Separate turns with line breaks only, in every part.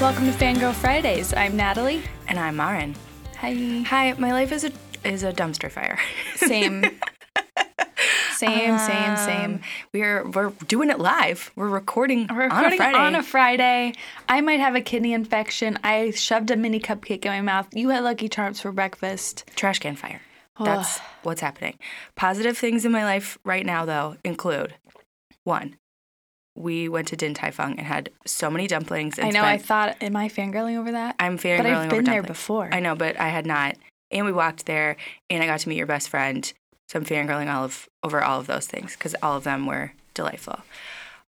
Welcome to Fangirl Fridays. I'm Natalie.
And I'm Marin.
Hi.
Hi, my life is a is a dumpster fire.
Same.
Um,
same, same, same.
We're we're doing it live. We're recording,
We're
on a
recording
Friday.
on a Friday. I might have a kidney infection. I shoved a mini cupcake in my mouth. You had Lucky Charms for breakfast.
trash can fire. That's what's happening. Positive things in my life right now though include one. We went to Din Tai Fung and had so many dumplings and
I know. I
spent,
thought, am I fangirling over that?
I'm fangirling
but
over
I've been there
dumplings.
before.
I know, but I had not. And we walked there, and I got to meet your best friend. So I'm fangirling all of over all of those things because all of them were delightful.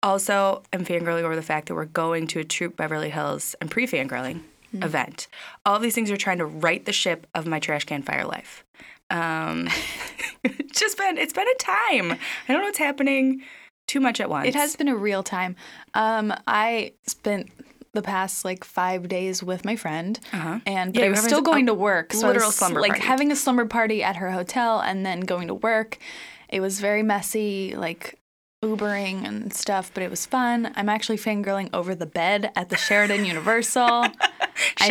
Also, I'm fangirling over the fact that we're going to a Troop Beverly Hills. I'm pre-fangirling
Hmm.
event. All of these things are trying to right the ship of my trash can fire life. Um, it's just been it's been a time. I don't know what's happening too much at once.
It has been a real time. Um, I spent the past like five days with my friend,
Uh-huh.
and but
Yeah,
I
you
was
were
still
having
going
a
to work. So I
literal
was,
slumber
like
party.
having a slumber party at her hotel, and then going to work. It was very messy, like Ubering and stuff, but it was fun. I'm actually fangirling over the bed at the Sheridan Universal.
Shout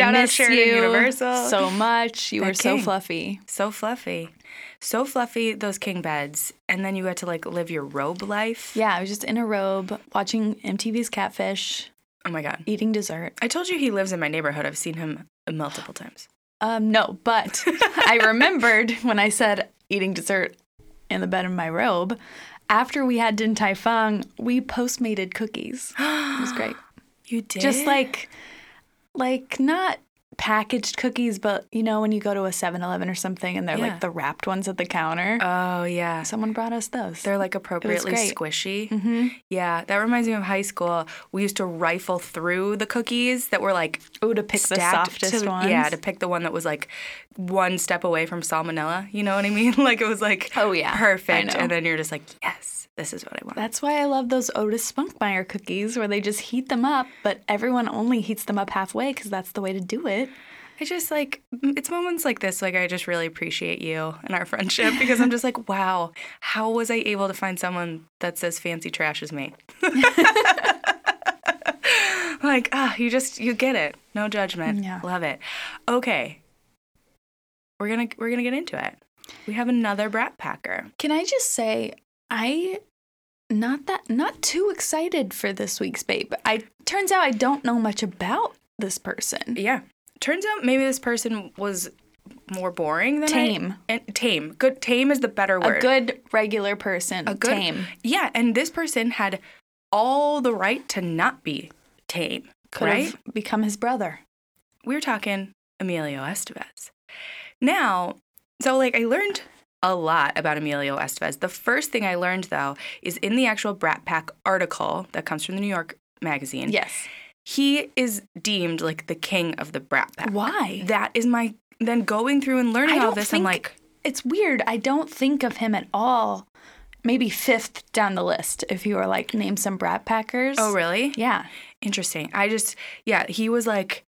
I
out
miss
Sheridan
you
Universal.
so much. You
They're
were so
king.
fluffy.
So fluffy. So fluffy, those king beds. And then you got to like live your robe life.
Yeah, I was just in a robe watching MTV's Catfish,
Oh my God.
eating dessert.
I told you he lives in my neighborhood. I've seen him multiple times.
Um, no, but I remembered when I said eating dessert in the bed in my robe. After we had Din Tai Fung, we postmated cookies. It was great.
You did?
Just like, like not packaged cookies, but you know when you go to a 7-Eleven or something and they're
Yeah.
like the wrapped ones at the counter.
Oh, yeah.
Someone brought us those.
They're like appropriately
great.
squishy.
Mhm.
Yeah, that reminds me of high school. We used to rifle through the cookies that were like
oh to pick the
stacked
softest
to,
ones.
Yeah, to pick the one that was like one step away from salmonella. You know what I mean? Like it was like
Oh, yeah. I
perfect.
know.
And then you're just like, yes, this is what I want.
That's why I love those Otis Spunkmeyer cookies where they just heat them up, but everyone only heats them up halfway because that's the way to do it.
I just like m- it's moments like this like I just really appreciate you and our friendship because I'm just like wow how was I able to find someone that's as fancy trash as me like ah you just you get it no judgment
Yeah.
love it okay we're gonna we're gonna get into it we have another brat packer
Can I just say I not that not too excited for this week's babe. I turns out I don't know much about this person.
yeah turns out maybe this person was more boring than I-
Tame.
and, tame good tame is the better word
A good regular person. A
good-
tame.
Yeah, and this person had all the right to not be tame,
Could
right?
have become his brother.
We're talking Emilio Estevez. Now, so like I learned a lot about Emilio Estevez. The first thing I learned though is in the actual Brat Pack article that comes from the New York magazine.
Yes.
He is deemed like the king of the Brat Pack.
Why?
That is my then going through and learning
I
all
don't
this,
think
I'm like,
it's weird. I don't think of him at all. Maybe fifth down the list if you were like name some brat packers.
oh really?
Yeah.
Interesting. I just, yeah, he was like,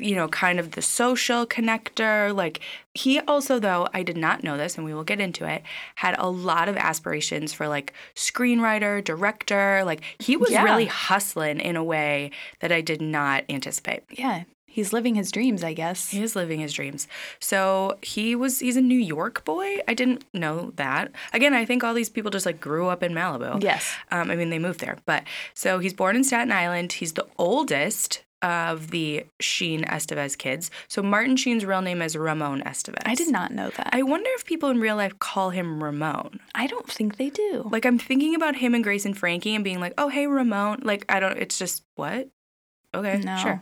you know, kind of the social connector. Like, he also, though, I did not know this, and we will get into it, had a lot of aspirations for like screenwriter, director. Like, he was
Yeah.
really hustling in a way that I did not anticipate.
Yeah. He's living his dreams, I guess.
He is living his dreams. So he was, he's a New York boy. I didn't know that. Again, I think all these people just like grew up in Malibu.
Yes.
Um, I mean, they moved there. But so he's born in Staten Island. He's the oldest of the Sheen Estevez kids. So Martin Sheen's real name is Ramon Estevez.
I did not know that.
I wonder if people in real life call him Ramon.
I don't think they do.
Like, I'm thinking about him and Grace and Frankie and being like, oh, hey, Ramon. Like, I don't, it's just, what? Okay,
No.
sure.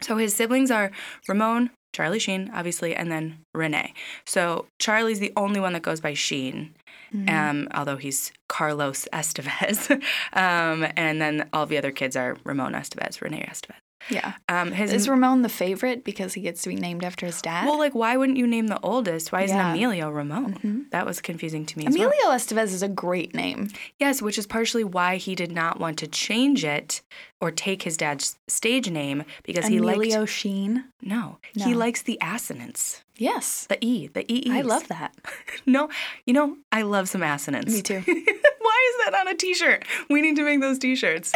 So his siblings are Ramon, Charlie Sheen, obviously, and then Renee. So Charlie's the only one that goes by Sheen,
Mm, Mm-hmm.
um, although he's Carlos Estevez. um, and then all the other kids are Ramon Estevez, Renee Estevez.
Yeah.
Um, his
Is Ramon the favorite because he gets to be named after his dad?
well, like, why wouldn't you name the oldest? Why isn't
Yeah. Mm-hmm.
Emilio Ramon? That was confusing to me. as well.
Emilio Estevez is a great name.
Yes, which is partially why he did not want to change it or take his dad's stage name because he
Emilio
liked
Sheen.
no, he
No.
likes the assonance,
Yes.
the e, the e.
I love that.
No, you know, I love some assonance.
Me too.
Why is that on a t shirt? We need to make those t shirts.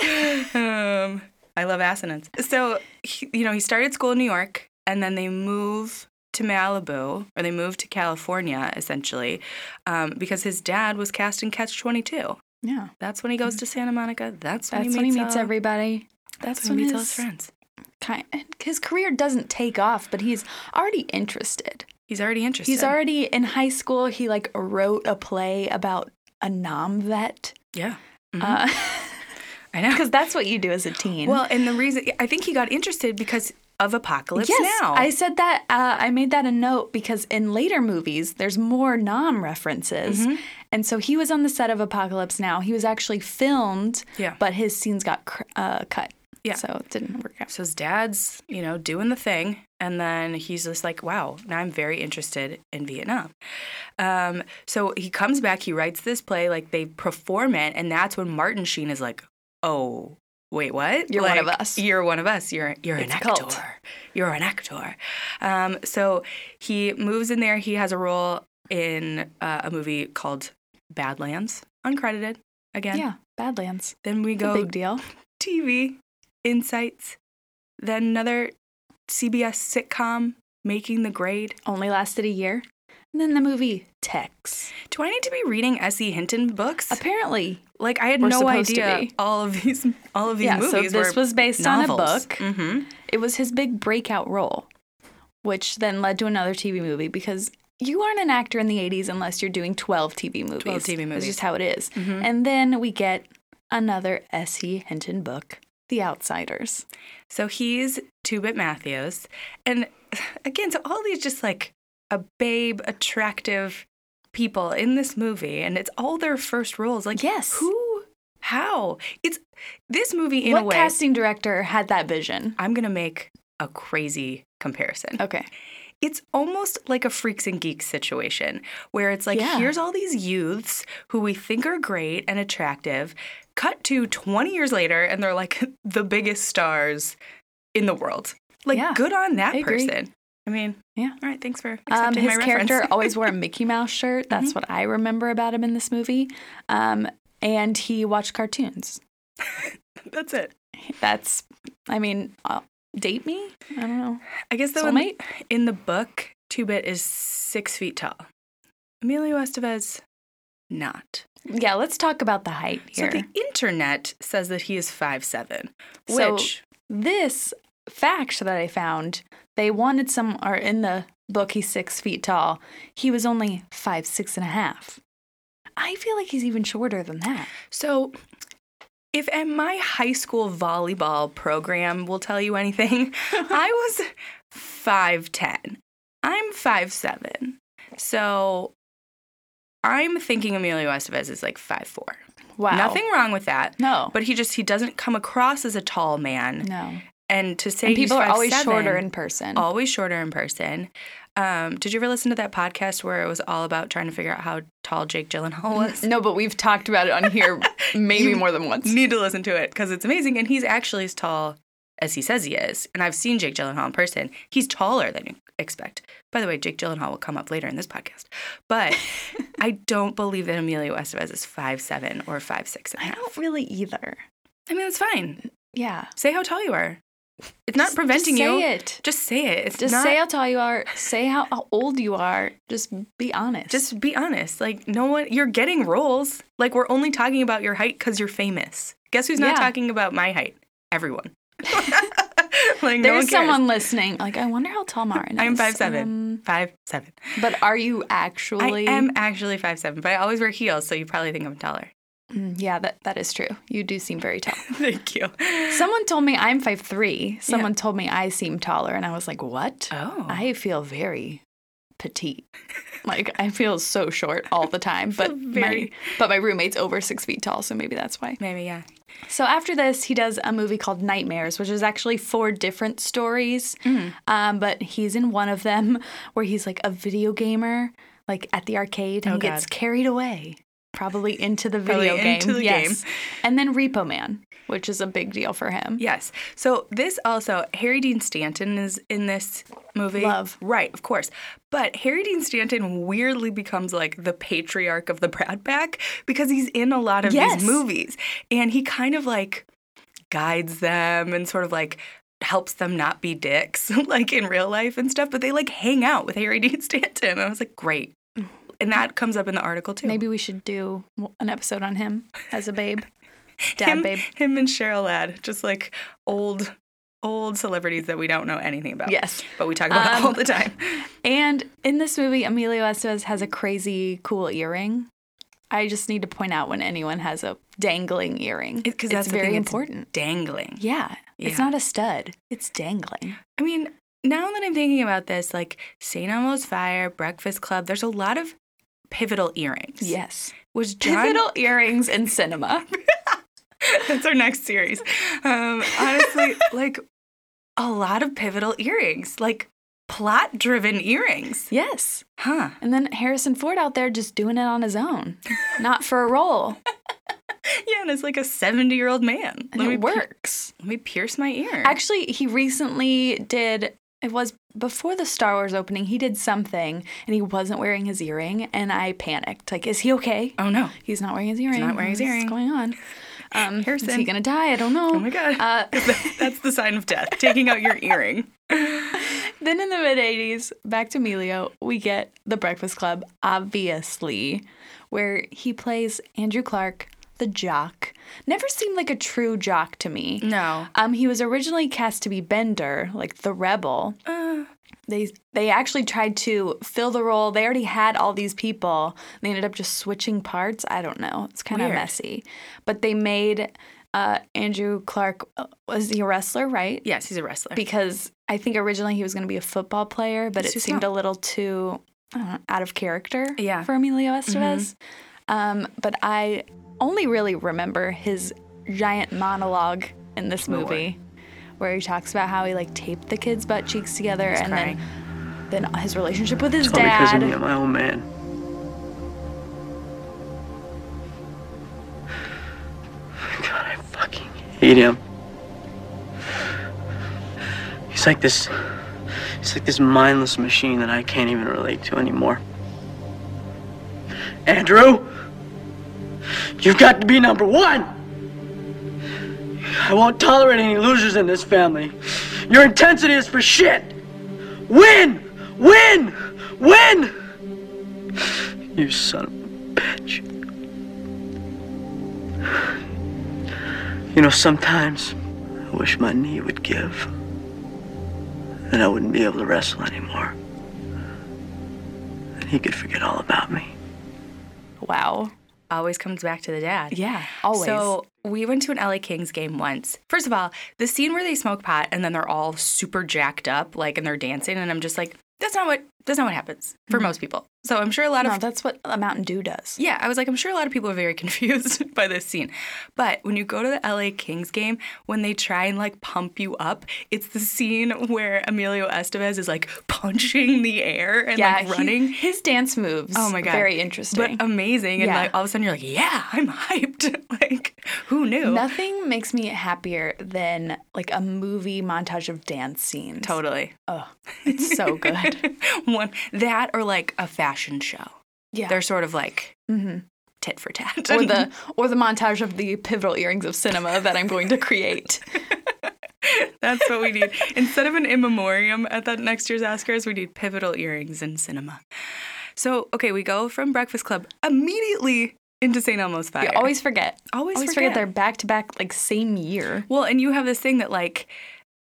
Um, I love assonance. So, he, you know, he started school in New York and then they move to Malibu or they moved to California essentially um, because his dad was cast in Catch 22.
Yeah.
That's when he goes to Santa Monica. That's when
That's
he meets, uh,
when he meets
all-
everybody.
That's,
that's
when he
when
meets all his
his-
friends.
Kind, his career doesn't take off, but he's already interested.
He's already interested.
He's already in high school. He like wrote a play about a nom vet
yeah. Mhm.
because
I know.
that's what you do as a teen.
Well, and the reason I think he got interested because of Apocalypse
yes,
Now.
I said that. Uh, I made that a note because in later movies, there's more nom references,
Mm-hmm.
and so he was on the set of Apocalypse Now. He was actually filmed,
Yeah.
but his scenes got cr- uh, cut.
Yeah.
so it didn't work out.
So his dad's, you know, doing the thing. And then he's just like, wow, now I'm very interested in Vietnam. Um, so he comes back, he writes this play, like they perform it. And that's when Martin Sheen is like, oh, wait, what?
You're one of
Like,
us."
You're one of us. You're, you're an
It's a
actor.
cult.
You're an actor. Um, so he moves in there. He has a role in uh, a movie called Badlands, uncredited again.
Yeah, Badlands.
Then we
It's a
go
big deal.
TV, Insights, then another CBS sitcom, Making the Grade.
Only lasted a year, and then the movie Tex.
Do I need to be reading S.E. Hinton books?
Apparently,
Like I had
We're
no
supposed to
idea
be.
all of these all of these
yeah. So
movies
this
were
was based
novels.
on a book.
hmm
It was his big breakout role, which then led to another TV movie because you aren't an actor in the 80s unless you're doing 12 TV movies.
12 TV movies.
It's just how it is.
Mhm.
And then we get another S.E. Hinton book, The Outsiders.
So he's Two Bit Matthews, and again, so all these just like a babe attractive people in this movie, and it's all their first roles. Like
Yes.
who, how? It's this movie in
what
a way.
casting director had that vision?
I'm going to make a crazy comparison.
Okay.
It's almost like a freaks and geeks situation where it's like,
Yeah.
here's all these youths who we think are great and attractive, cut to 20 years later, and they're like the biggest stars in the world. Like,
Yeah.
good on that
I agree.
person. I mean,
Yeah.
All right. Thanks for
Um,
accepting
his
my
character
reference. Mm-hmm.
always wore a Mickey Mouse shirt. That's what I remember about him in this movie. Um, and he watched cartoons.
That's it.
That's, I mean, uh, date me? I don't know.
I guess though, in,
Soulmate?
in the book, Two Bit is six feet tall. Emilio Estevez, not.
Yeah, let's talk about the height here.
So the internet says that he is five seven,
So-
which
this fact that I found, they wanted some, or in the book, he's six feet tall. He was only five, six and a half. I feel like he's even shorter than that.
so if at my high school volleyball program will tell you anything, I was five ten. I'm five seven. So I'm thinking Emilio Estevez is like five four.
Wow.
Nothing wrong with that.
No.
But he just he doesn't come across as a tall man.
no.
And to say
And people
he's
are always
5'7"
shorter in person.
always shorter in person. Um, did you ever listen to that podcast where it was all about trying to figure out how tall Jake
Mm,
Gyllenhaal was?
no, but we've talked about it on here maybe more than once.
Need to listen to it because it's amazing, and he's actually as tall as he says he is. And I've seen Jake Gyllenhaal in person; he's taller than you expect. By the way, Jake Gyllenhaal will come up later in this podcast, but I don't believe that Emilio Estevez is five seven or five six and a
I
half.
don't really either.
I mean, it's fine.
Yeah.
Say how tall you are. It's not
Just-
preventing
just
you.
Say it.
Just say it. It's
Just
not
say how tall you are. Say how how old you are. Just be honest.
just be honest. Like no one, you're getting roles. Like we're only talking about your height because you're famous. Guess who's not
Yeah.
talking about my height? Everyone. like no one
There's
cares.
someone Um, listening. Like, I wonder how tall Mara is.
I'm five seven. Five seven.
But are you actually?
I am actually five seven, but I always wear heels, so you probably think I'm taller.
Mm, Yeah, that, that is true. You do seem very tall.
Thank you.
Someone told me I'm five three. Someone told me I seem taller, and I was like, what?
Oh, I
I feel very petite. Like I feel so short all the time. But my,
very-
but my roommate's over six feet tall, so maybe that's why.
maybe yeah.
So after this, he does a movie called Nightmares, which is actually four different stories.
Mm.
Um, but he's in one of them where he's like a video gamer, like at the arcade, and
Oh,
he gets
God.
carried away, probably into the
Probably
video game.
into the
yes. And then Repo Man, which is a big deal for him.
Yes. So this also Harry Dean Stanton is in this movie.
Love.
Right, of course. But Harry Dean Stanton weirdly becomes like the patriarch of the Brad Pack because he's in a lot of
Yes.
these movies and he kind of like guides them and sort of like helps them not be dicks like in real life and stuff. But they like hang out with Harry Dean Stanton. And I was like, great. And that comes up in the article too.
Maybe we should do an episode on him as a babe. Dad
him,
babe.
him and Cheryl Ladd, just like old, old celebrities that we don't know anything about.
Yes.
but we talk about
Um,
all the time.
And in this movie, Emilio Estevez has a crazy cool earring. I just need to point out when anyone has a dangling earring.
Because
it's
that's the
very
thing, it's
important.
dangling.
yeah. It's
Yeah.
not a stud. It's dangling.
I mean, now that I'm thinking about this, like St. Elmo's Fire, Breakfast Club, there's a lot of pivotal earrings.
Yes.
Was John.
Pivotal earrings in cinema.
That's our next series. Um, honestly, like a lot of pivotal earrings, like plot driven earrings.
yes.
Huh.
And then Harrison Ford out there just doing it on his own, not for a role.
Yeah, and it's like a 70 year old man.
And
me
it
pi-
works.
let me pierce my ear.
Actually, he recently did. It was before the Star Wars opening. He did something, and he wasn't wearing his earring, and I panicked. Like, is he okay?
oh no.
He's not wearing his earring.
not wearing his
What's
earring.
going on? Um, is
Harrison.
he gonna die? I don't know.
Oh my God.
Uh,
That's the sign of death, taking out your earring.
then in the mid '80s, back to Emilio, we get The Breakfast Club, obviously, where he plays Andrew Clark, the jock. Never seemed like a true jock to me.
No.
Um, he was originally cast to be Bender, like the rebel.
Uh.
They they actually tried to fill the role. They already had all these people. They ended up just switching parts. I don't know. It's kind of
Weird.
messy. But they made uh, Andrew Clark uh, was he a wrestler, right?
Yes, he's a wrestler.
Because I think originally he was going to be a football player, but
He's
it
too
seemed a
small.
little too I don't know, out of character
Yeah. Mm-hmm.
for Emilio Estevez. Um, but I only really remember his giant monologue in this
Lord.
movie where he talks about how he like taped the kids' butt cheeks together and
crying.
then then his relationship with his
It's all because
dad.
of me. I'm my own man. God, I fucking hate him. He's like this. He's like this mindless machine that I can't even relate to anymore. Andrew, you've got to be number one. I won't tolerate any losers in this family. Your intensity is for shit. Win! Win! Win! You son of a bitch. You know, sometimes I wish my knee would give, and I wouldn't be able to wrestle anymore. And he could forget all about me.
Wow.
Always comes back to the dad.
Yeah. Always.
So we went to an LA Kings game once. First of all, the scene where they smoke pot and then they're all super jacked up, like, and they're dancing, and I'm just like, that's not what that's not what happens for most people. So I'm sure a lot
Mm-hmm. no,
of
that's what a Mountain Dew does.
yeah, I was like, I'm sure a lot of people are very confused by this scene. But when you go to the LA Kings game, when they try and like pump you up, it's the scene where Emilio Estevez is like punching the air and like
he-
running.
his dance moves.
Oh my god,
Very interesting.
but amazing. And
Yeah.
like all of a sudden, you're like, yeah, I'm hyped. like, who knew?
Nothing makes me happier than like a movie montage of dance scenes.
Totally.
Oh, it's so good.
One that or like a fashion show.
yeah.
They're sort of like
hmm
tit for tat.
Or the or the montage of the pivotal earrings of cinema that I'm going to create.
That's what we need. Instead of an in memoriam at that next year's Oscars, we need pivotal earrings in cinema. So, okay, we go from Breakfast Club immediately into St. Elmo's Fire.
You always forget.
always,
Always forget they're back to back like same year.
Well, and you have this thing that like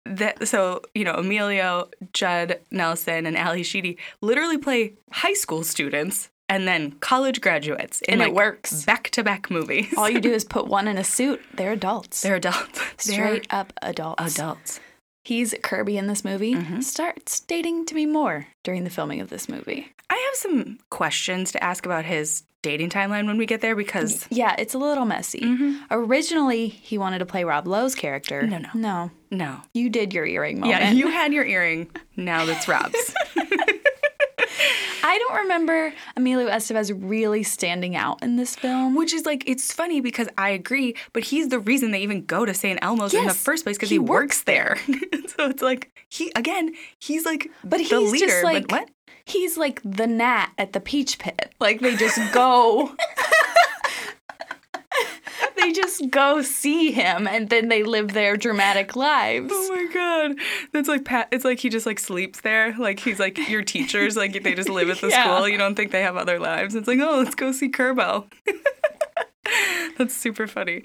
that so, you know, Emilio, Judd Nelson, and Ali Sheedy literally play high school students and then college graduates in
And it
like,
works.
back to back movies.
All you do is put one in a suit. They're adults.
They're adults.
straight up adults.
They're adults. Mm-hmm.
He's Kirby in this movie. Starts dating to me more during the filming of this movie.
I have some questions to ask about his dating timeline when we get there because
Yeah, it's a little messy. Originally, he wanted to play Rob Lowe's character.
Mm-hmm. No, no.
no.
no.
You did your earring moment.
Yeah, you had your earring. Now that's Rob's.
I don't remember Emilio Estevez really standing out in this film.
Which is like it's funny because I agree, but he's the reason they even go to St. Elmo's in the
Yes,
first place because
he
he, works there. so it's like he again, he's like
But he's
the leader.
just like
but what?
he's like the gnat at the peach pit. Like they just go. they they just go see him and then they live their dramatic lives.
Oh my god, that's like Pat. It's like he just like sleeps there. Like he's like your teachers. Like they just live at the
Yeah.
school. You don't think they have other lives. It's like oh, let's go see Kerbo. that's super funny.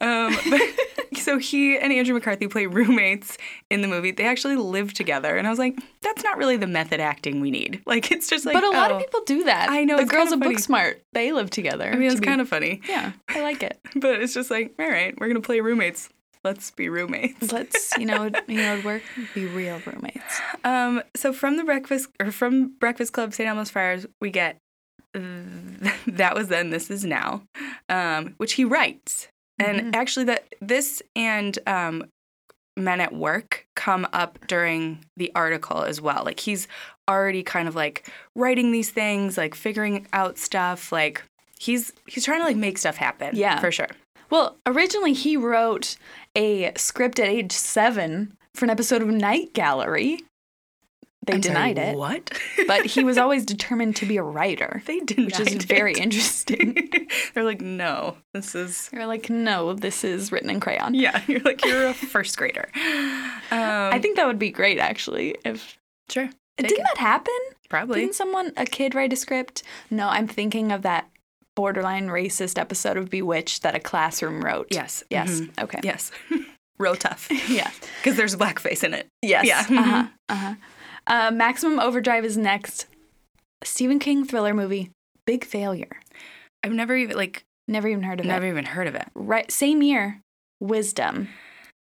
Um, but- so he and Andrew McCarthy play roommates in the movie. They actually live together, and I was like, that's not really the method acting we need. Like it's just like
but a lot
oh.
of people do that.
I know,
The
it's
girls at
kinda funny.
Booksmart, they live together.
I mean, it's kind of funny,
Yeah, I like it.
but it's just like all right, we're gonna play roommates. Let's be roommates.
Let's, you know, you know, work be real roommates.
Um, so from the breakfast or from Breakfast Club, St. Elmo's Fires, we get th- that was then, this is now, um, which he writes, and
Mm-hmm.
actually that this and um, Men at Work come up during the article as well. Like he's already kind of like writing these things, like figuring out stuff, like. He's he's trying to like make stuff happen.
Yeah.
for sure.
Well, originally he wrote a script at age seven for an episode of Night Gallery. They
I'm sorry,
denied it,
What?
but he was always determined to be a writer,
they denied
which is
it.
very interesting.
They're like, no, this is
You're like, no, this is written in crayon.
Yeah, you're like you're a first grader. Um,
I think that would be great, actually. If
sure, Take
didn't
it.
that happen?
probably.
Didn't someone, a kid, write a script? No, I'm thinking of that borderline racist episode of Bewitched that a classroom wrote.
Yes,
Yes.
mhm,
Okay.
yes. Real tough
Yeah.
because there's blackface in it.
Yes.
Yeah. Mm-hmm.
Uh-huh. Uh-huh. Uh, Maximum Overdrive is next. Stephen King thriller movie. Big failure.
I've never even like
Never even heard of
never
it.
even heard of it.
Right. Same year. Wisdom.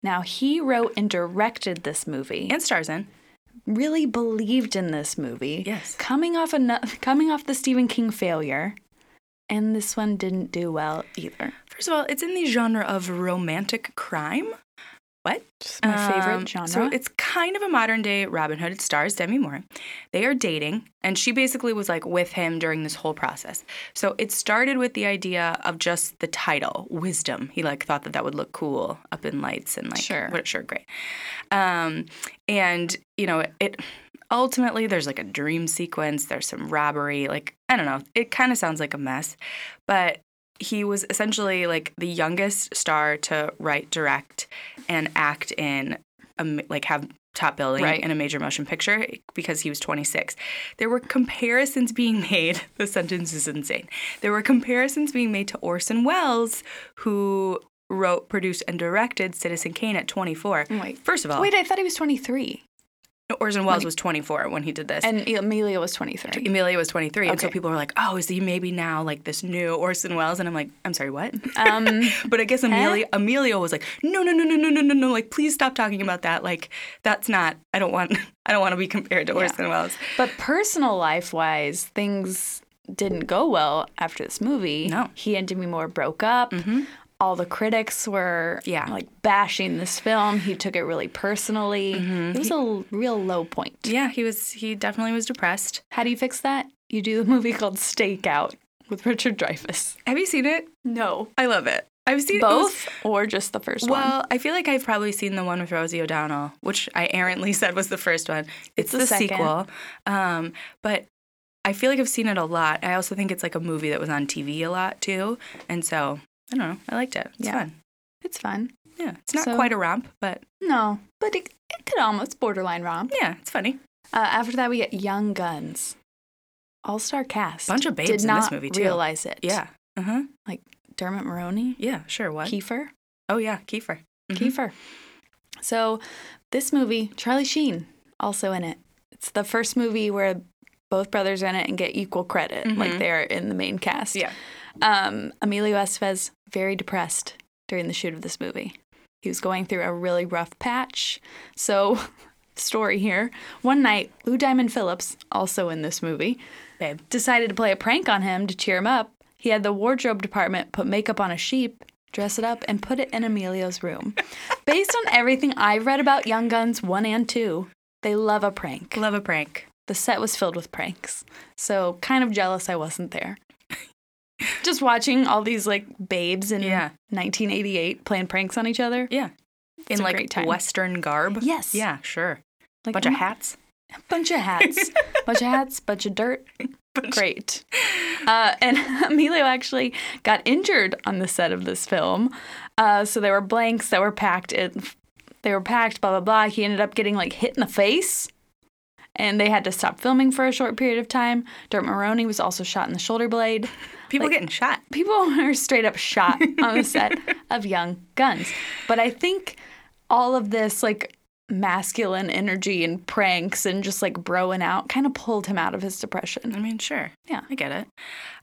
Now he wrote and directed this movie.
And stars in.
really believed in this movie.
Yes.
Coming off ano- coming off the Stephen King failure, and this one didn't do well either.
First of all, it's in the genre of romantic crime. What?
It's my
Um,
favorite genre.
So it's kind of a modern day Robin Hood. It stars Demi Moore. They are dating, and she basically was like with him during this whole process. So it started with the idea of just the title, Wisdom. He like thought that that would look cool up in lights and like,
Sure.
what, sure, great. Um, and you know it. Ultimately, there's like a dream sequence. There's some robbery. Like I don't know. It kind of sounds like a mess, but he was essentially like the youngest star to write, direct, and act in a, ma- like have top billing
Right.
in a major motion picture because he was 26. There were comparisons being made. The sentence is insane. There were comparisons being made to Orson Welles, who wrote, produced, and directed Citizen Kane at 24.
Wait.
First of all,
Oh Wait, I thought he was 23,
Orson Welles was 24 when he did this.
and Amelia was 23.
Amelia was 23, and so
Okay.
people were like, "Oh, is he maybe now like this new Orson Welles?" And I'm like, "I'm sorry, what?"
Um,
But I guess Amelia Amelia was like, no, no, no, no, no, no, no, no. Like, please stop talking about that. Like, that's not. I don't want. I don't want to be compared to Orson Welles.
but personal life wise, things didn't go well after this movie.
No.
he and Demi Moore broke up. All the critics were
Yeah.
like bashing this film. He took it really personally. It was a l- real low point.
Yeah, he was. He definitely was depressed.
How do you fix that? You do a movie called Stakeout with Richard Dreyfuss.
Have you seen it?
No.
I love it. I've seen it was-
Both or just the first one?
Well, I feel like I've probably seen the one with Rosie O'Donnell, which I errantly said was the first one. It's,
the
the
second.
sequel. Um, but I feel like I've seen it a lot. I also think it's like a movie that was on TV a lot too. And so, I don't know. I liked it. It's
Yeah.
fun.
It's fun.
Yeah. It's not
So-
quite a romp, but
No, but it, it could almost borderline wrong.
yeah, it's funny.
Uh, after that, we get Young Guns. All star cast.
Bunch of babes
Did
in this
not
movie, too.
realize it.
Yeah. Uh huh.
Like Dermot Maroney,
Yeah. Sure. What?
Kiefer.
oh yeah, Kiefer. Mhm.
Kiefer. So this movie, Charlie Sheen also in it. It's the first movie where both brothers are in it and get equal credit, like they're in the main cast.
Mm-hmm. Yeah.
Um, Emilio Estevez very depressed during the shoot of this movie. He was going through a really rough patch. So, story here: one night, Lou Diamond Phillips, also in this movie,
Babe.
decided to play a prank on him to cheer him up. He had the wardrobe department put makeup on a sheep, dress it up, and put it in Emilio's room. Based on everything I've read about Young Guns one and two, they love a prank.
Love a prank.
The set was filled with pranks. So kind of jealous I wasn't there. Just watching all these like babes in
Yeah.
1988 playing pranks on each other.
Yeah. In
a
like
great time.
Western garb.
Yes.
Yeah. Sure.
Like
Bunch of
oh my-
hats.
Bunch of hats. bunch of hats, bunch of dirt. Great. Uh, and Emilio actually got injured on the set of this film. Uh, so there were blanks that were packed. It, they were packed, blah, blah, blah. He ended up getting like hit in the face. And they had to stop filming for a short period of time. Dirt Maroney was also shot in the shoulder blade.
People
Like-
getting shot.
People are straight up shot on the set of Young Guns. But I think all of this, like, masculine energy and pranks and just like broing out kind of pulled him out of his depression.
I mean, sure.
Yeah.
I get it.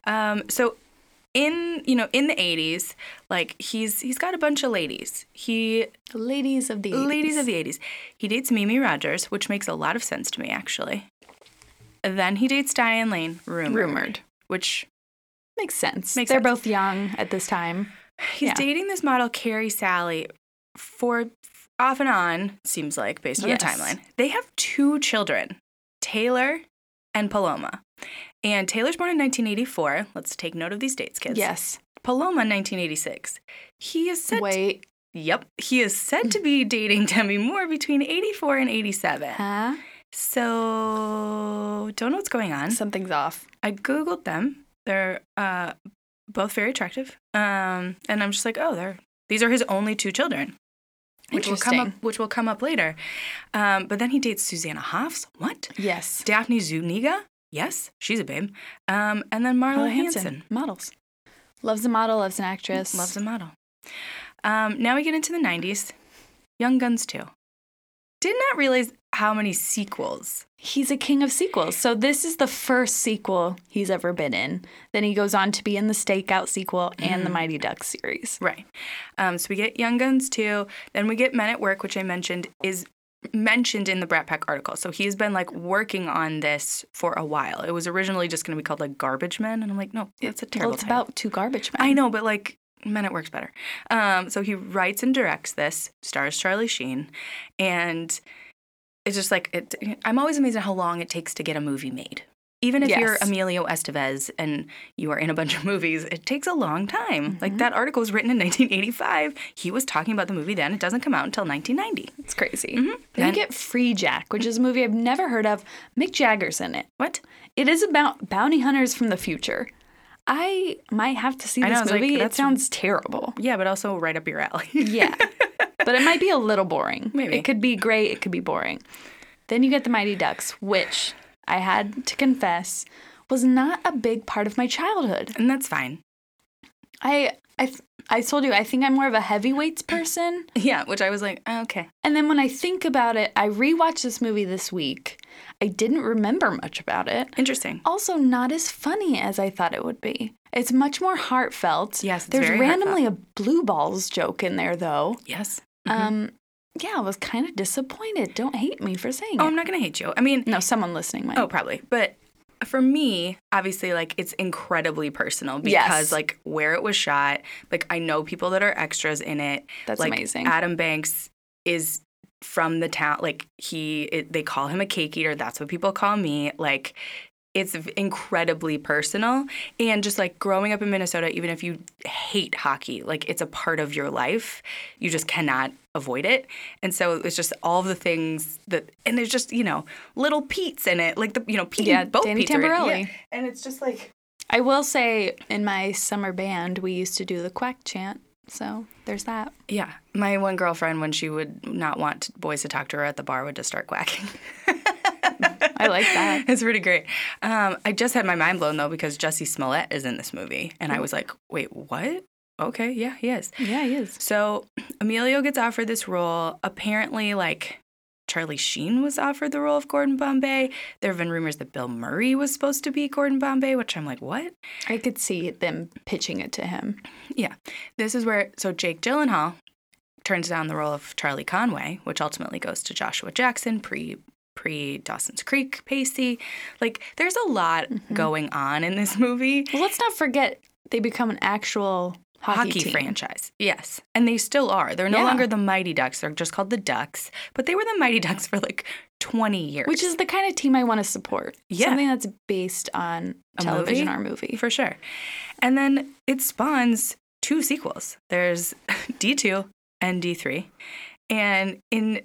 Um, so in you know in the 80s like he's he's got a bunch of ladies he
Ladies of the 80s.
ladies of the 80s he dates mimi rogers which makes a lot of sense to me actually then he dates diane lane rumored,
Rumored.
which
Makes sense.
Makes
They're
sense.
both young at this time.
he's
Yeah.
dating this model carrie sally for off and on seems like based on
Yes.
the timeline they have two children taylor and paloma and taylor's born in 1984 let's take note of these dates kids
Yes.
Paloma, 1986. He is said.
Wait.
Yep. He is said to be dating Demi Moore between 84 and 87.
Huh?
So don't know what's going on.
Something's off.
I googled them. They're uh, both very attractive. Um, and I'm just like, oh, they're these are his only two children, which will come up,
Interesting.
which will come up later. Um, but then he dates Susanna Hoffs. What?
Yes.
Daphne Zuniga. Yes, she's a babe. Um, and then Marla,
Marla Hanson.
Hansen.
Models. Loves a model, loves an actress.
Loves a model. Um, now we get into the 90s. Young Guns 2. Did not realize how many sequels.
He's a king of sequels. So this is the first sequel he's ever been in. Then he goes on to be in the Stakeout sequel and
Mm.
the Mighty Duck series.
Right. Um, so we get Young Guns 2. Then we get Men at Work, which I mentioned is mentioned in the Brat Pack article. So he's been like working on this for a while. It was originally just going to be called like Garbage Men. And I'm like, no, that's a terrible
Well, it's
title.
about two garbage men.
I know, but like Men at Work's better. Um, so he writes and directs this, stars Charlie Sheen, and it's just like it, I'm always amazed at how long it takes to get a movie made. Even if you're
Yes.
Emilio Estevez and you are in a bunch of movies, it takes a long time. Like that article was written in 1985. He was talking about the movie then. It doesn't come out until 1990.
It's crazy. Then you
Mm-hmm. And-
get Free Jack, which is a movie I've never heard of. Mick Jagger's in it.
What?
It is about bounty hunters from the future. I might have to see
I know, I
this
was like,
movie. it
that's-
sounds terrible.
Yeah, but also right up your alley.
Yeah. but it might be a little boring.
Maybe.
It could be great, it could be boring. Then you get the Mighty Ducks, which I had to confess was not a big part of my childhood.
and that's fine.
I I th- I told you I think I'm more of a heavyweights person.
Yeah, which I was like, oh, okay.
And then when I think about it, I rewatched this movie this week. I didn't remember much about it.
Interesting.
also not as funny as I thought it would be. It's much more heartfelt.
Yes, it's
there's
very
randomly a blue balls joke in there though.
Yes.
Um, yeah, I was kind of disappointed. Don't hate me for saying
Oh,
it.
I'm not going to hate you. I mean,
No, someone listening might.
Oh, probably. But for me, obviously, like it's incredibly personal because
Yes.
like where it was shot, like I know people that are extras in it.
That's
like,
amazing.
Adam Banks is from the town. Like he, it, they call him a cake eater. That's what people call me. Like. It's v- incredibly personal. And just like growing up in Minnesota, even if you hate hockey, like it's a part of your life, you just cannot avoid it. And so it's just all the things that, and there's just, you know, little Pete's in it. Like the, you know, Pete
Yeah,
and both
Danny
Pete's are in it.
Tamborelli.
Yeah. And it's just like,
I will say in my summer band, we used to do the quack chant. So there's that.
yeah. My one girlfriend, when she would not want boys to talk to her at the bar, would just start quacking.
I like that.
It's pretty great. Um, I just had my mind blown though because Jesse Smollett is in this movie, and
Mm.
I was like, "Wait, what? Okay, yeah, he is."
Yeah, he is.
So Emilio gets offered this role. Apparently, like Charlie Sheen was offered the role of Gordon Bombay. There have been rumors that Bill Murray was supposed to be Gordon Bombay, which I'm like, "What?"
I could see them pitching it to him.
Yeah. This is where so Jake Gyllenhaal turns down the role of Charlie Conway, which ultimately goes to Joshua Jackson pre pre Dawson's Creek Pacey. Like there's a lot
Mm-hmm.
going on in this movie.
Well, let's not forget they become an actual hockey,
Hockey,
team.
franchise. Yes. And they still are. They're no
Yeah.
longer the Mighty Ducks. They're just called the Ducks, but they were the Mighty Ducks for like 20 years.
Which is the kind of team I want to support.
Yeah.
Something that's based on
A
television
movie?
or movie.
for sure. And then it spawns two sequels. There's D2 and D3. And in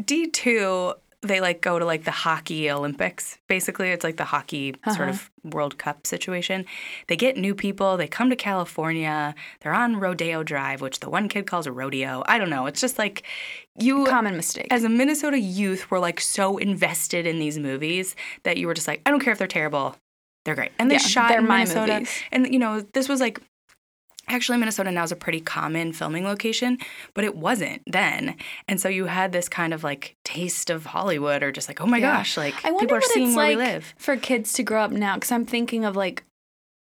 D2, they like go to like the hockey Olympics. Basically, it's like the hockey sort of World Cup situation. They get new people. They come to California. They're on Rodeo Drive, which the one kid calls a rodeo. I don't know. It's just like you
Common mistake.
as a Minnesota youth were like so invested in these movies that you were just like, I don't care if they're terrible, they're great. And they
Yeah,
shot
they're
in
my
Minnesota,
movies.
and you know this was like. Actually, Minnesota now is a pretty common filming location, but it wasn't then. And so you had this kind of like taste of Hollywood, or just like, oh my
Yeah.
gosh, like
I wonder
people are
what
seeing
it's
where
like
we live.
for kids to grow up now. Because I'm thinking of like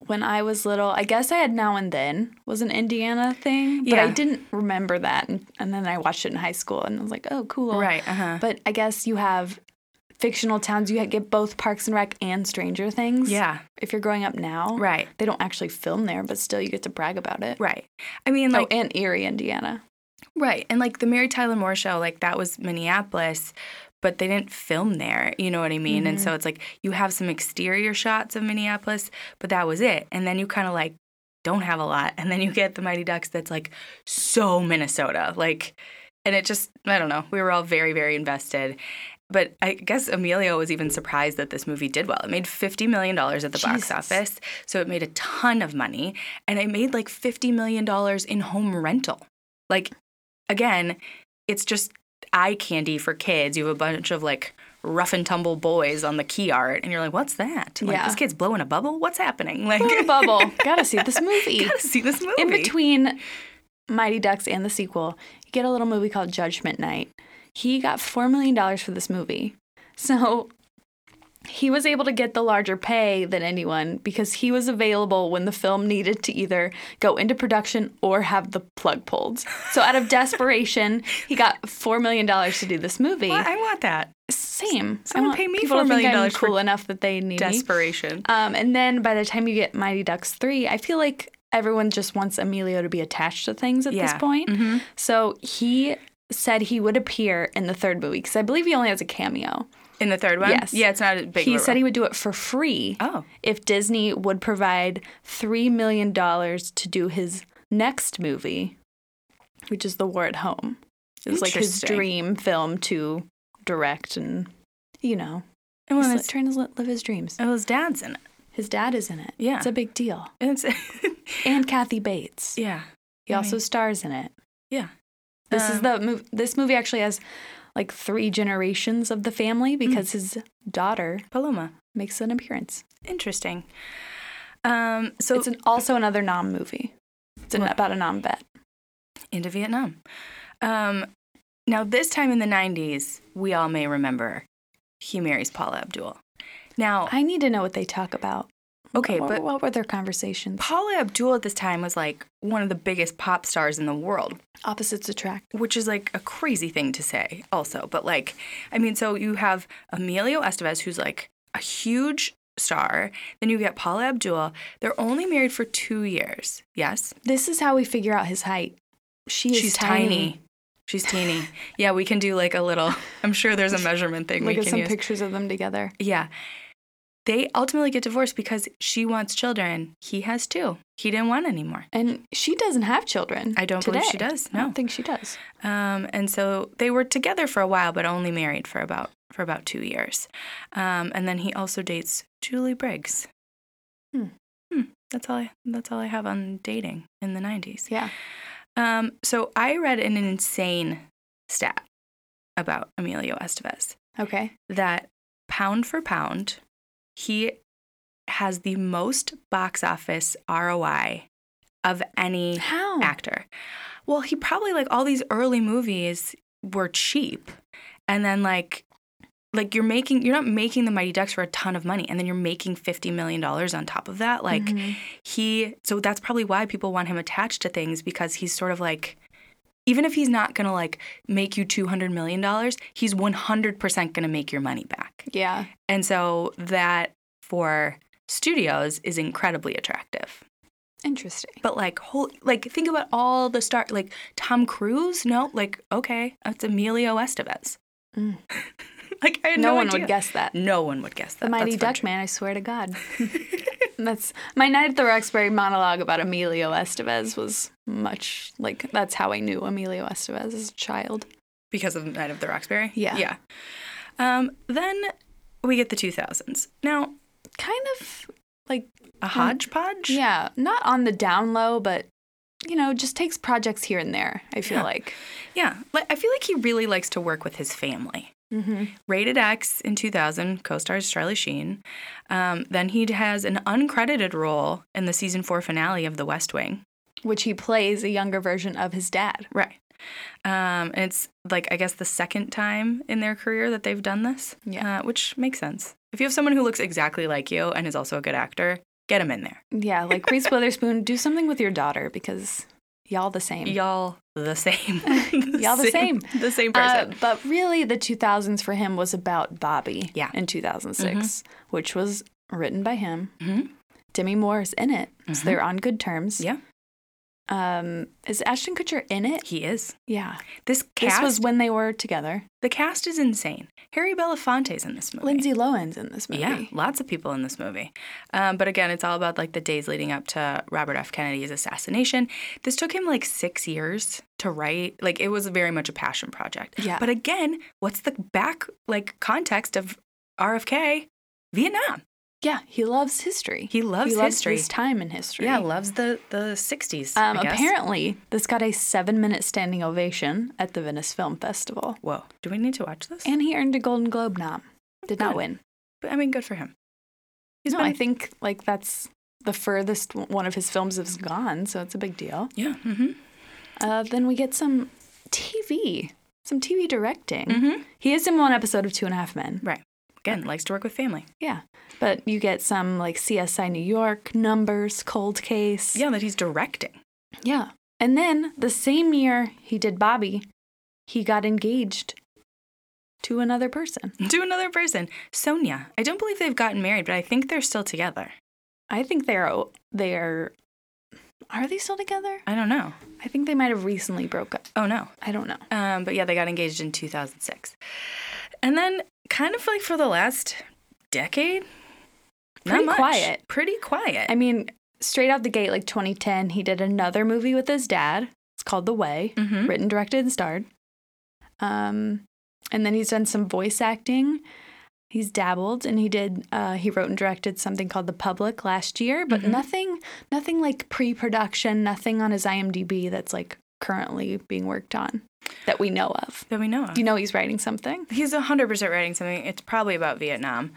when I was little. I guess I had Now and Then was an Indiana thing, but I
Yeah.
didn't remember that. And, and then I watched it in high school, and I was like, oh, cool.
Right. Uh huh.
But I guess you have fictional towns. You get both Parks and Rec and Stranger Things.
Yeah.
If you're growing up now,
Right.
They don't actually film there, but still you get to brag about it.
Right. I mean, like,
oh, and Erie, Indiana.
Right. And like the Mary Tyler Moore show, like that was Minneapolis, but they didn't film there. You know what I mean? And so it's like you have some exterior shots of Minneapolis, but that was it. And then you kind of like don't have a lot. And then you get the Mighty Ducks that's like so Minnesota. Like, and it just, I don't know. We were all very, very invested. But I guess Emilio was even surprised that this movie did well. It made $50 million at the box
Jesus.
office. So it made a ton of money. And it made like $50 million in home rental. Like, again, it's just eye candy for kids. You have a bunch of like rough and tumble boys on the key art, and you're like, what's that? Like,
Yeah.
this kid's blowing a bubble? What's happening? Like,
Little bubble. Gotta see this movie.
gotta see this movie.
In between Mighty Ducks and the sequel, you get a little movie called Judgment Night. He got $4 million for this movie. So he was able to get the larger pay than anyone because he was available when the film needed to either go into production or have the plug pulled. So out of desperation, he got $4 million to do this movie.
Well, I want that
Same. I
someone
want
pay me
people to
$4 million
think I'm
for
cool enough that they need me.
desperation.
Um, and then by the time you get Mighty Ducks 3, I feel like everyone just wants Emilio to be attached to things at this
Yeah.
point.
Mhm.
So he said he would appear in the third movie because I believe he only has a cameo.
In the third one?
Yes.
Yeah, it's not a big
he
role.
said he would do it for free
Oh.
if Disney would provide $3 million to do his next movie, which is The War at Home. It's like his
Interesting.
dream film to direct and, you know,
And when
he's
it's,
trying to li- live his dreams.
oh, his dad's in it.
His dad is in it.
Yeah.
It's a big deal.
It's,
and Kathy Bates.
yeah.
He
I
also
mean,
stars in it.
yeah.
This is
Um,
the mov This movie actually has like three generations of the
Mm.
family because his daughter
Paloma.
makes an appearance.
Interesting. Um, so
It's an, also another Nam movie. It's an,
Right.
about a Nam vet.
into Vietnam. Um, now, this time in the 90s, we all may remember he marries Paula Abdul. Now,
I need to know what they talk about.
Oh. okay,
what,
but
what were their conversations?
Paula Abdul at this time was like one of the biggest pop stars in the world,
Opposites attract.
which is like a crazy thing to say, also. But like, I mean, so you have Emilio Estevez, who's like a huge star. Then you get Paula Abdul. They're only married for two years. Yes.
This is how we figure out his height. She is
She's
tiny.
tiny. She's teeny. yeah, we can do like a little. I'm sure there's a measurement thing
Look
we
at
can
some
use.
pictures of them together.
Yeah. They ultimately get divorced because she wants children. He has two. He didn't want any more.
And she doesn't have children.
I don't believe
today.
she does,
I
no.
don't think she does.
Um, and so they were together for a while, but only married for about for about two years. Um, and then he also dates Julie Briggs.
Hmm.
Hmm. That's all. I, that's all I have on dating in the '90s.
Yeah.
Um, so I read an insane stat about Emilio Estevez.
Okay.
that pound for pound, he has the most box office ROI of any
How?
actor. Well, he probably like all these early movies were cheap. And then like like you're making you're not making the Mighty Ducks for a ton of money and then you're making 50 million dollars on top of that. Like
Mhm.
he so that's probably why people want him attached to things because he's sort of like even if he's not going to like make you 200 million dollars, he's 100% going to make your money back.
Yeah.
And so that for studios is incredibly attractive.
Interesting.
But like whole like think about all the star like Tom Cruise, no, like okay, that's Emilio Estevez.
Mm.
like I had
no,
no,
one would
idea.
guess that.
No one would guess that.
The Mighty
That's for
Duck
sure.
Man, I swear to God. that's my Night at the Roxbury monologue about Emilio Estevez was much like that's how I knew Emilio Estevez as a child.
because of Night of the Roxbury.
Yeah.
yeah. Um, then we get the 2000s. Now,
Kind of like
a hodgepodge?
Hmm. yeah, not on the down low, but you know, just takes projects here and there. I feel
Yeah.
like.
Yeah. Like, I feel like he really likes to work with his family.
Mm-hmm.
Rated X in 2000, co stars Charlie Sheen. Um, then he has an uncredited role in the season four finale of The West Wing.
Which he plays a younger version of his dad.
Right. Um, and it's like, I guess, the second time in their career that they've done this,
Yeah.
uh, which makes sense. If you have someone who looks exactly like you and is also a good actor, get him in there.
Yeah, like Reese Witherspoon, do something with your daughter because y'all the same.
Y'all the same.
Y'all the
The same
Uh,
person.
but really, the 2000s for him was about Bobby
Yeah. Mm-hmm.
in 2006, which was written by him.
Mhm.
Demi Moore is in it,
Mhm.
so they're on good terms.
Yeah.
Um, is Ashton Kutcher in it?
He is.
Yeah.
This cast
This was when they were together.
the cast is insane. Harry Belafonte's in this movie.
Lindsay Lohan's in this movie.
Yeah, lots of people in this movie. Um, but again, it's all about like the days leading up to Robert F. Kennedy's assassination. This took him like six years to write. Like it was very much a passion project.
Yeah.
But again, what's the back like context of RFK? Vietnam.
Yeah, he loves history.
He loves
he loves
history.
his time in history.
Yeah, loves the the sixties.
Um, apparently, this got a seven-minute standing ovation at the Venice Film Festival,
Whoa. Do we need to watch this?
and he earned a Golden Globe nom. Did not
Good.
win.
But, I mean, good for him. He's
no,
been-
I think like that's the furthest w- one of his films has gone, so it's a big deal.
Yeah. hmm
Uh, then we get some TV, some TV directing.
Mhm.
He is in one episode of Two and a Half Men.
Right. Again, likes to work with family.
Yeah, but you get some like CSI New York, Numbers, Cold Case.
Yeah, that he's directing.
Yeah. And then the same year he did Bobby, he got engaged to another person.
to another person. Sonia. I don't believe they've gotten married, but I think they're still together.
I think they're o- they're are they still together?
I don't know.
I think they might have recently broke up.
Oh no.
I don't know.
Um, but yeah, they got engaged in 2006. And then, kind of like for the last decade,
Pretty
not much.
quiet.
Pretty quiet.
I mean, straight out the gate, like 2010, he did another movie with his dad. It's called The Way,
Mhm.
written, directed, and starred. Um, and then he's done some voice acting. He's dabbled, and he did. Uh, he wrote and directed something called The Public last year, but nothing, nothing like pre-production, nothing on his IMDb that's like currently being worked on that we know of.
that we know of.
You know, he's writing something.
he's 100% writing something. It's probably about Vietnam.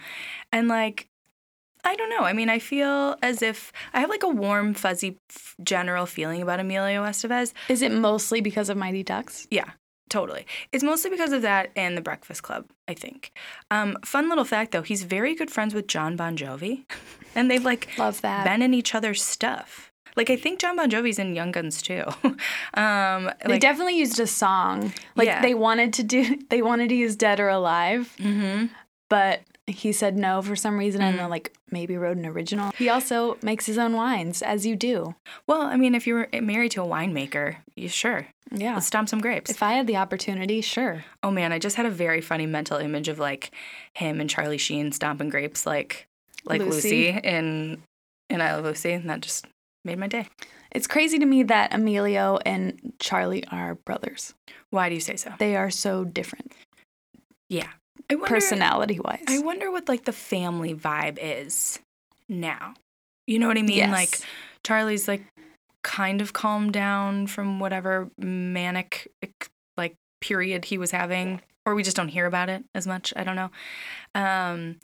And like, I don't know. I mean, I feel as if I have like a warm, fuzzy, f- general feeling about Emilio Estevez.
Is it mostly because of Mighty Ducks?
Yeah, totally. It's mostly because of that and the Breakfast Club, I think. Um, fun little fact though, he's very good friends with John Bon Jovi, and they've like
Love that.
been in each other's stuff. Like I think John Bon Jovi's in Young Guns too. um,
they
like,
definitely used a song. Like
Yeah.
they wanted to do, they wanted to use "Dead or Alive,"
Mhm.
but he said no for some reason, and
Mm.
then like maybe wrote an original. He also makes his own wines, as you do.
Well, I mean, if you were married to a winemaker, you sure
Yeah.
let's stomp some
Oh,
grapes.
If I had the opportunity, sure.
oh man, I just had a very funny mental image of like him and Charlie Sheen stomping grapes like like
Lucy.
Lucy, in in I Love Lucy, and that just made my day.
It's crazy to me that Emilio and Charlie are brothers.
Why do you say so?
They are so different,
Yeah. I wonder,
personality wise.
I wonder what like the family vibe is now. You know what I mean?
Yes.
Like Charlie's like kind of calmed down from whatever manic like period he was having or we just don't hear about it as much. I don't know. Um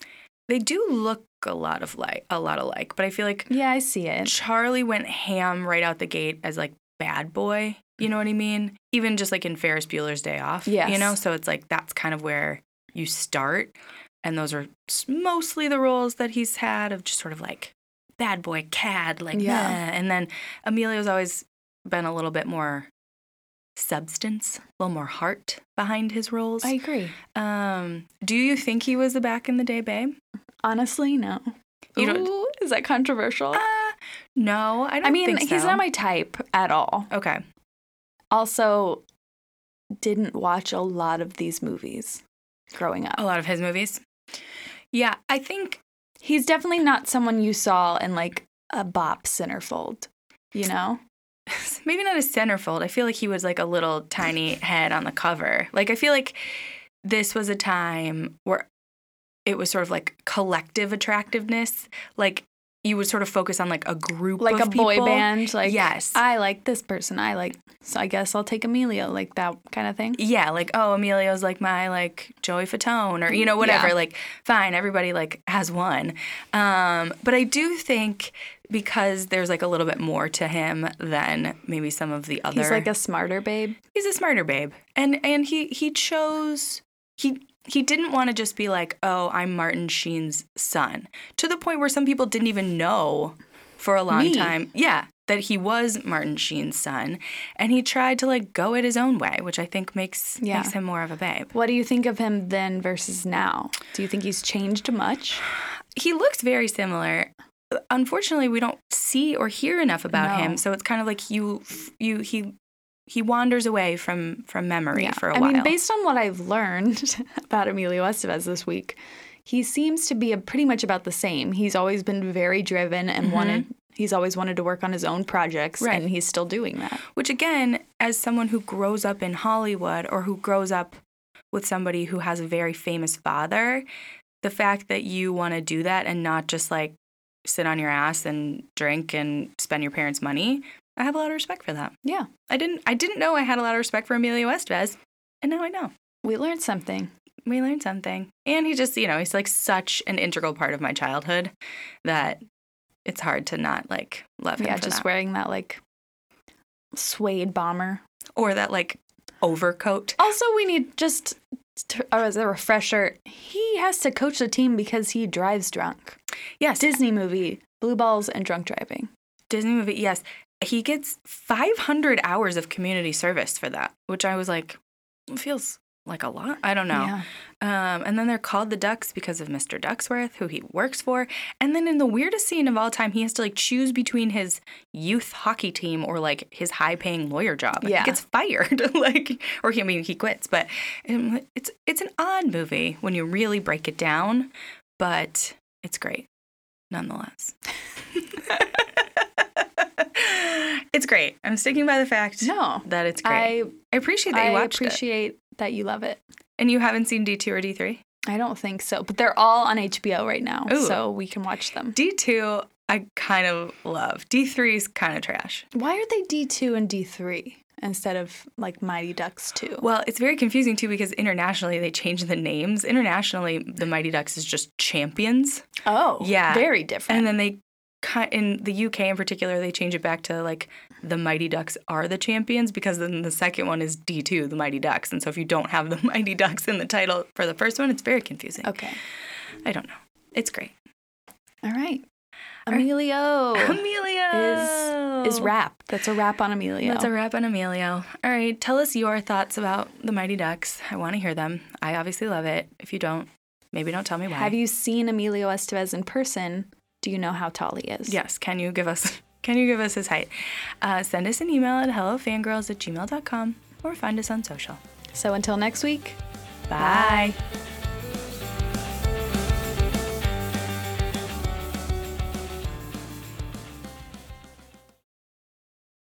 they do look a lot of like a lot alike, but I feel like
yeah, I see it.
Charlie went ham right out the gate as like bad boy. You know what I mean? Even just like in Ferris Bueller's Day Off. You
Yes.
know, so it's like that's kind of where you start, and those are s- mostly the roles that he's had of just sort of like bad boy cad, like
Yeah.
yeah. And then Emilio's always been a little bit more substance, a little more heart behind his roles.
I agree.
um, do you think he was a back in the day babe?
Honestly, no.
You don't-
Ooh, is that controversial?
Uh, no, I don't.
Oh. I mean,
think so.
he's not my type at all.
okay.
also didn't watch a lot of these movies growing
a
up.
lot of his movies. Yeah, I think
He's definitely not someone you saw in like a bop centerfold, you know?
maybe not a centerfold. I feel like he was like a little tiny head on the cover. Like I feel like this was a time where it was sort of like collective attractiveness. Like you would sort of focus on like a group
like
of
a boy
people.
band. Like
Yes.
I like this person. I like. So I guess I'll take Emilio. Like that kind of thing.
yeah, like oh, Emilio's like my like Joey Fatone or you know whatever.
Mm, Yeah.
Like fine, everybody like has one. Um, but I do think because there's like a little bit more to him than maybe some of the other.
He's like a smarter babe.
he's a smarter babe, and and he he chose he. He didn't want to just be like, "Oh, I'm Martin Sheen's son," to the point where some people didn't even know for a long
Me?
time. Yeah, that he was Martin Sheen's son, and he tried to like go it his own way, which I think makes
Yeah.
makes him more of a babe.
What do you think of him then versus now? Do you think he's changed much?
He looks very similar. Unfortunately, we don't see or hear enough about
No.
him, so it's kind of like you you he he wanders away from from memory for a
I
while.
mean, based on what I've learned about Emilio Estevez this week, he seems to be a, pretty much about the same. He's always been very driven and wanted. He's always wanted to work on his own projects,
Mm-hmm. Right.
and he's still doing that.
Which, again, as someone who grows up in Hollywood or who grows up with somebody who has a very famous father, the fact that you want to do that and not just like sit on your ass and drink and spend your parents' money, I have a lot of respect for that.
Yeah,
I didn't. I didn't know I had a lot of respect for Emilio Estevez, and now I know.
we learned something.
We learned something, and he just, you know, he's like such an integral part of my childhood that it's hard to not like love him
yeah,
for
just
that.
wearing that like suede bomber.
or that like overcoat.
Also, we need just to, oh, as a refresher, he has to coach the team because he drives drunk.
Yes,
Disney movie, blue balls and drunk driving.
Disney movie, yes. He gets 500 hours of community service for that, which I was like, it feels like a lot. I don't know.
Yeah.
Um, and then they're called the Ducks because of Mr. Ducksworth, who he works for. And then in the weirdest scene of all time, he has to like choose between his youth hockey team or like his high-paying lawyer job.
Yeah.
he gets fired, like, or he, I mean, he quits. But um, it's it's an odd movie when you really break it down, but it's great nonetheless. it's great. I'm sticking by the fact
No,
that it's great. I,
I
appreciate that you
I
watched it,
appreciate that you love it.
and you haven't seen D two or D three.
I don't think so, but they're all on HBO right now,
Ooh.
so we can watch them.
D2, I kind of love. D3 is kind of trash.
Why are they D two and D three instead of like Mighty Ducks two?
Well, it's very confusing too because internationally they change the names. Internationally, the Mighty Ducks is just champions.
Oh,
yeah.
very different.
And then they cut in the UK in particular, they change it back to like the Mighty Ducks are the champions because then the second one is D2, the Mighty Ducks. And so if you don't have the Mighty Ducks in the title for the first one, it's very confusing.
okay,
I don't know. It's great.
all right. Emilio
Amelia
is rap. That's a wrap on Emilio.
That's a wrap on Emilio. All right, tell us your thoughts about the Mighty Ducks. I want to hear them. I obviously love it. If you don't, maybe don't tell me why.
Have you seen Emilio Estevez in person? Do you know how tall he is?
Yes. Can you give us? Can you give us his height? Uh, send us an email at hellofangirls at gmail.com or find us on social.
So until next week,
Bye.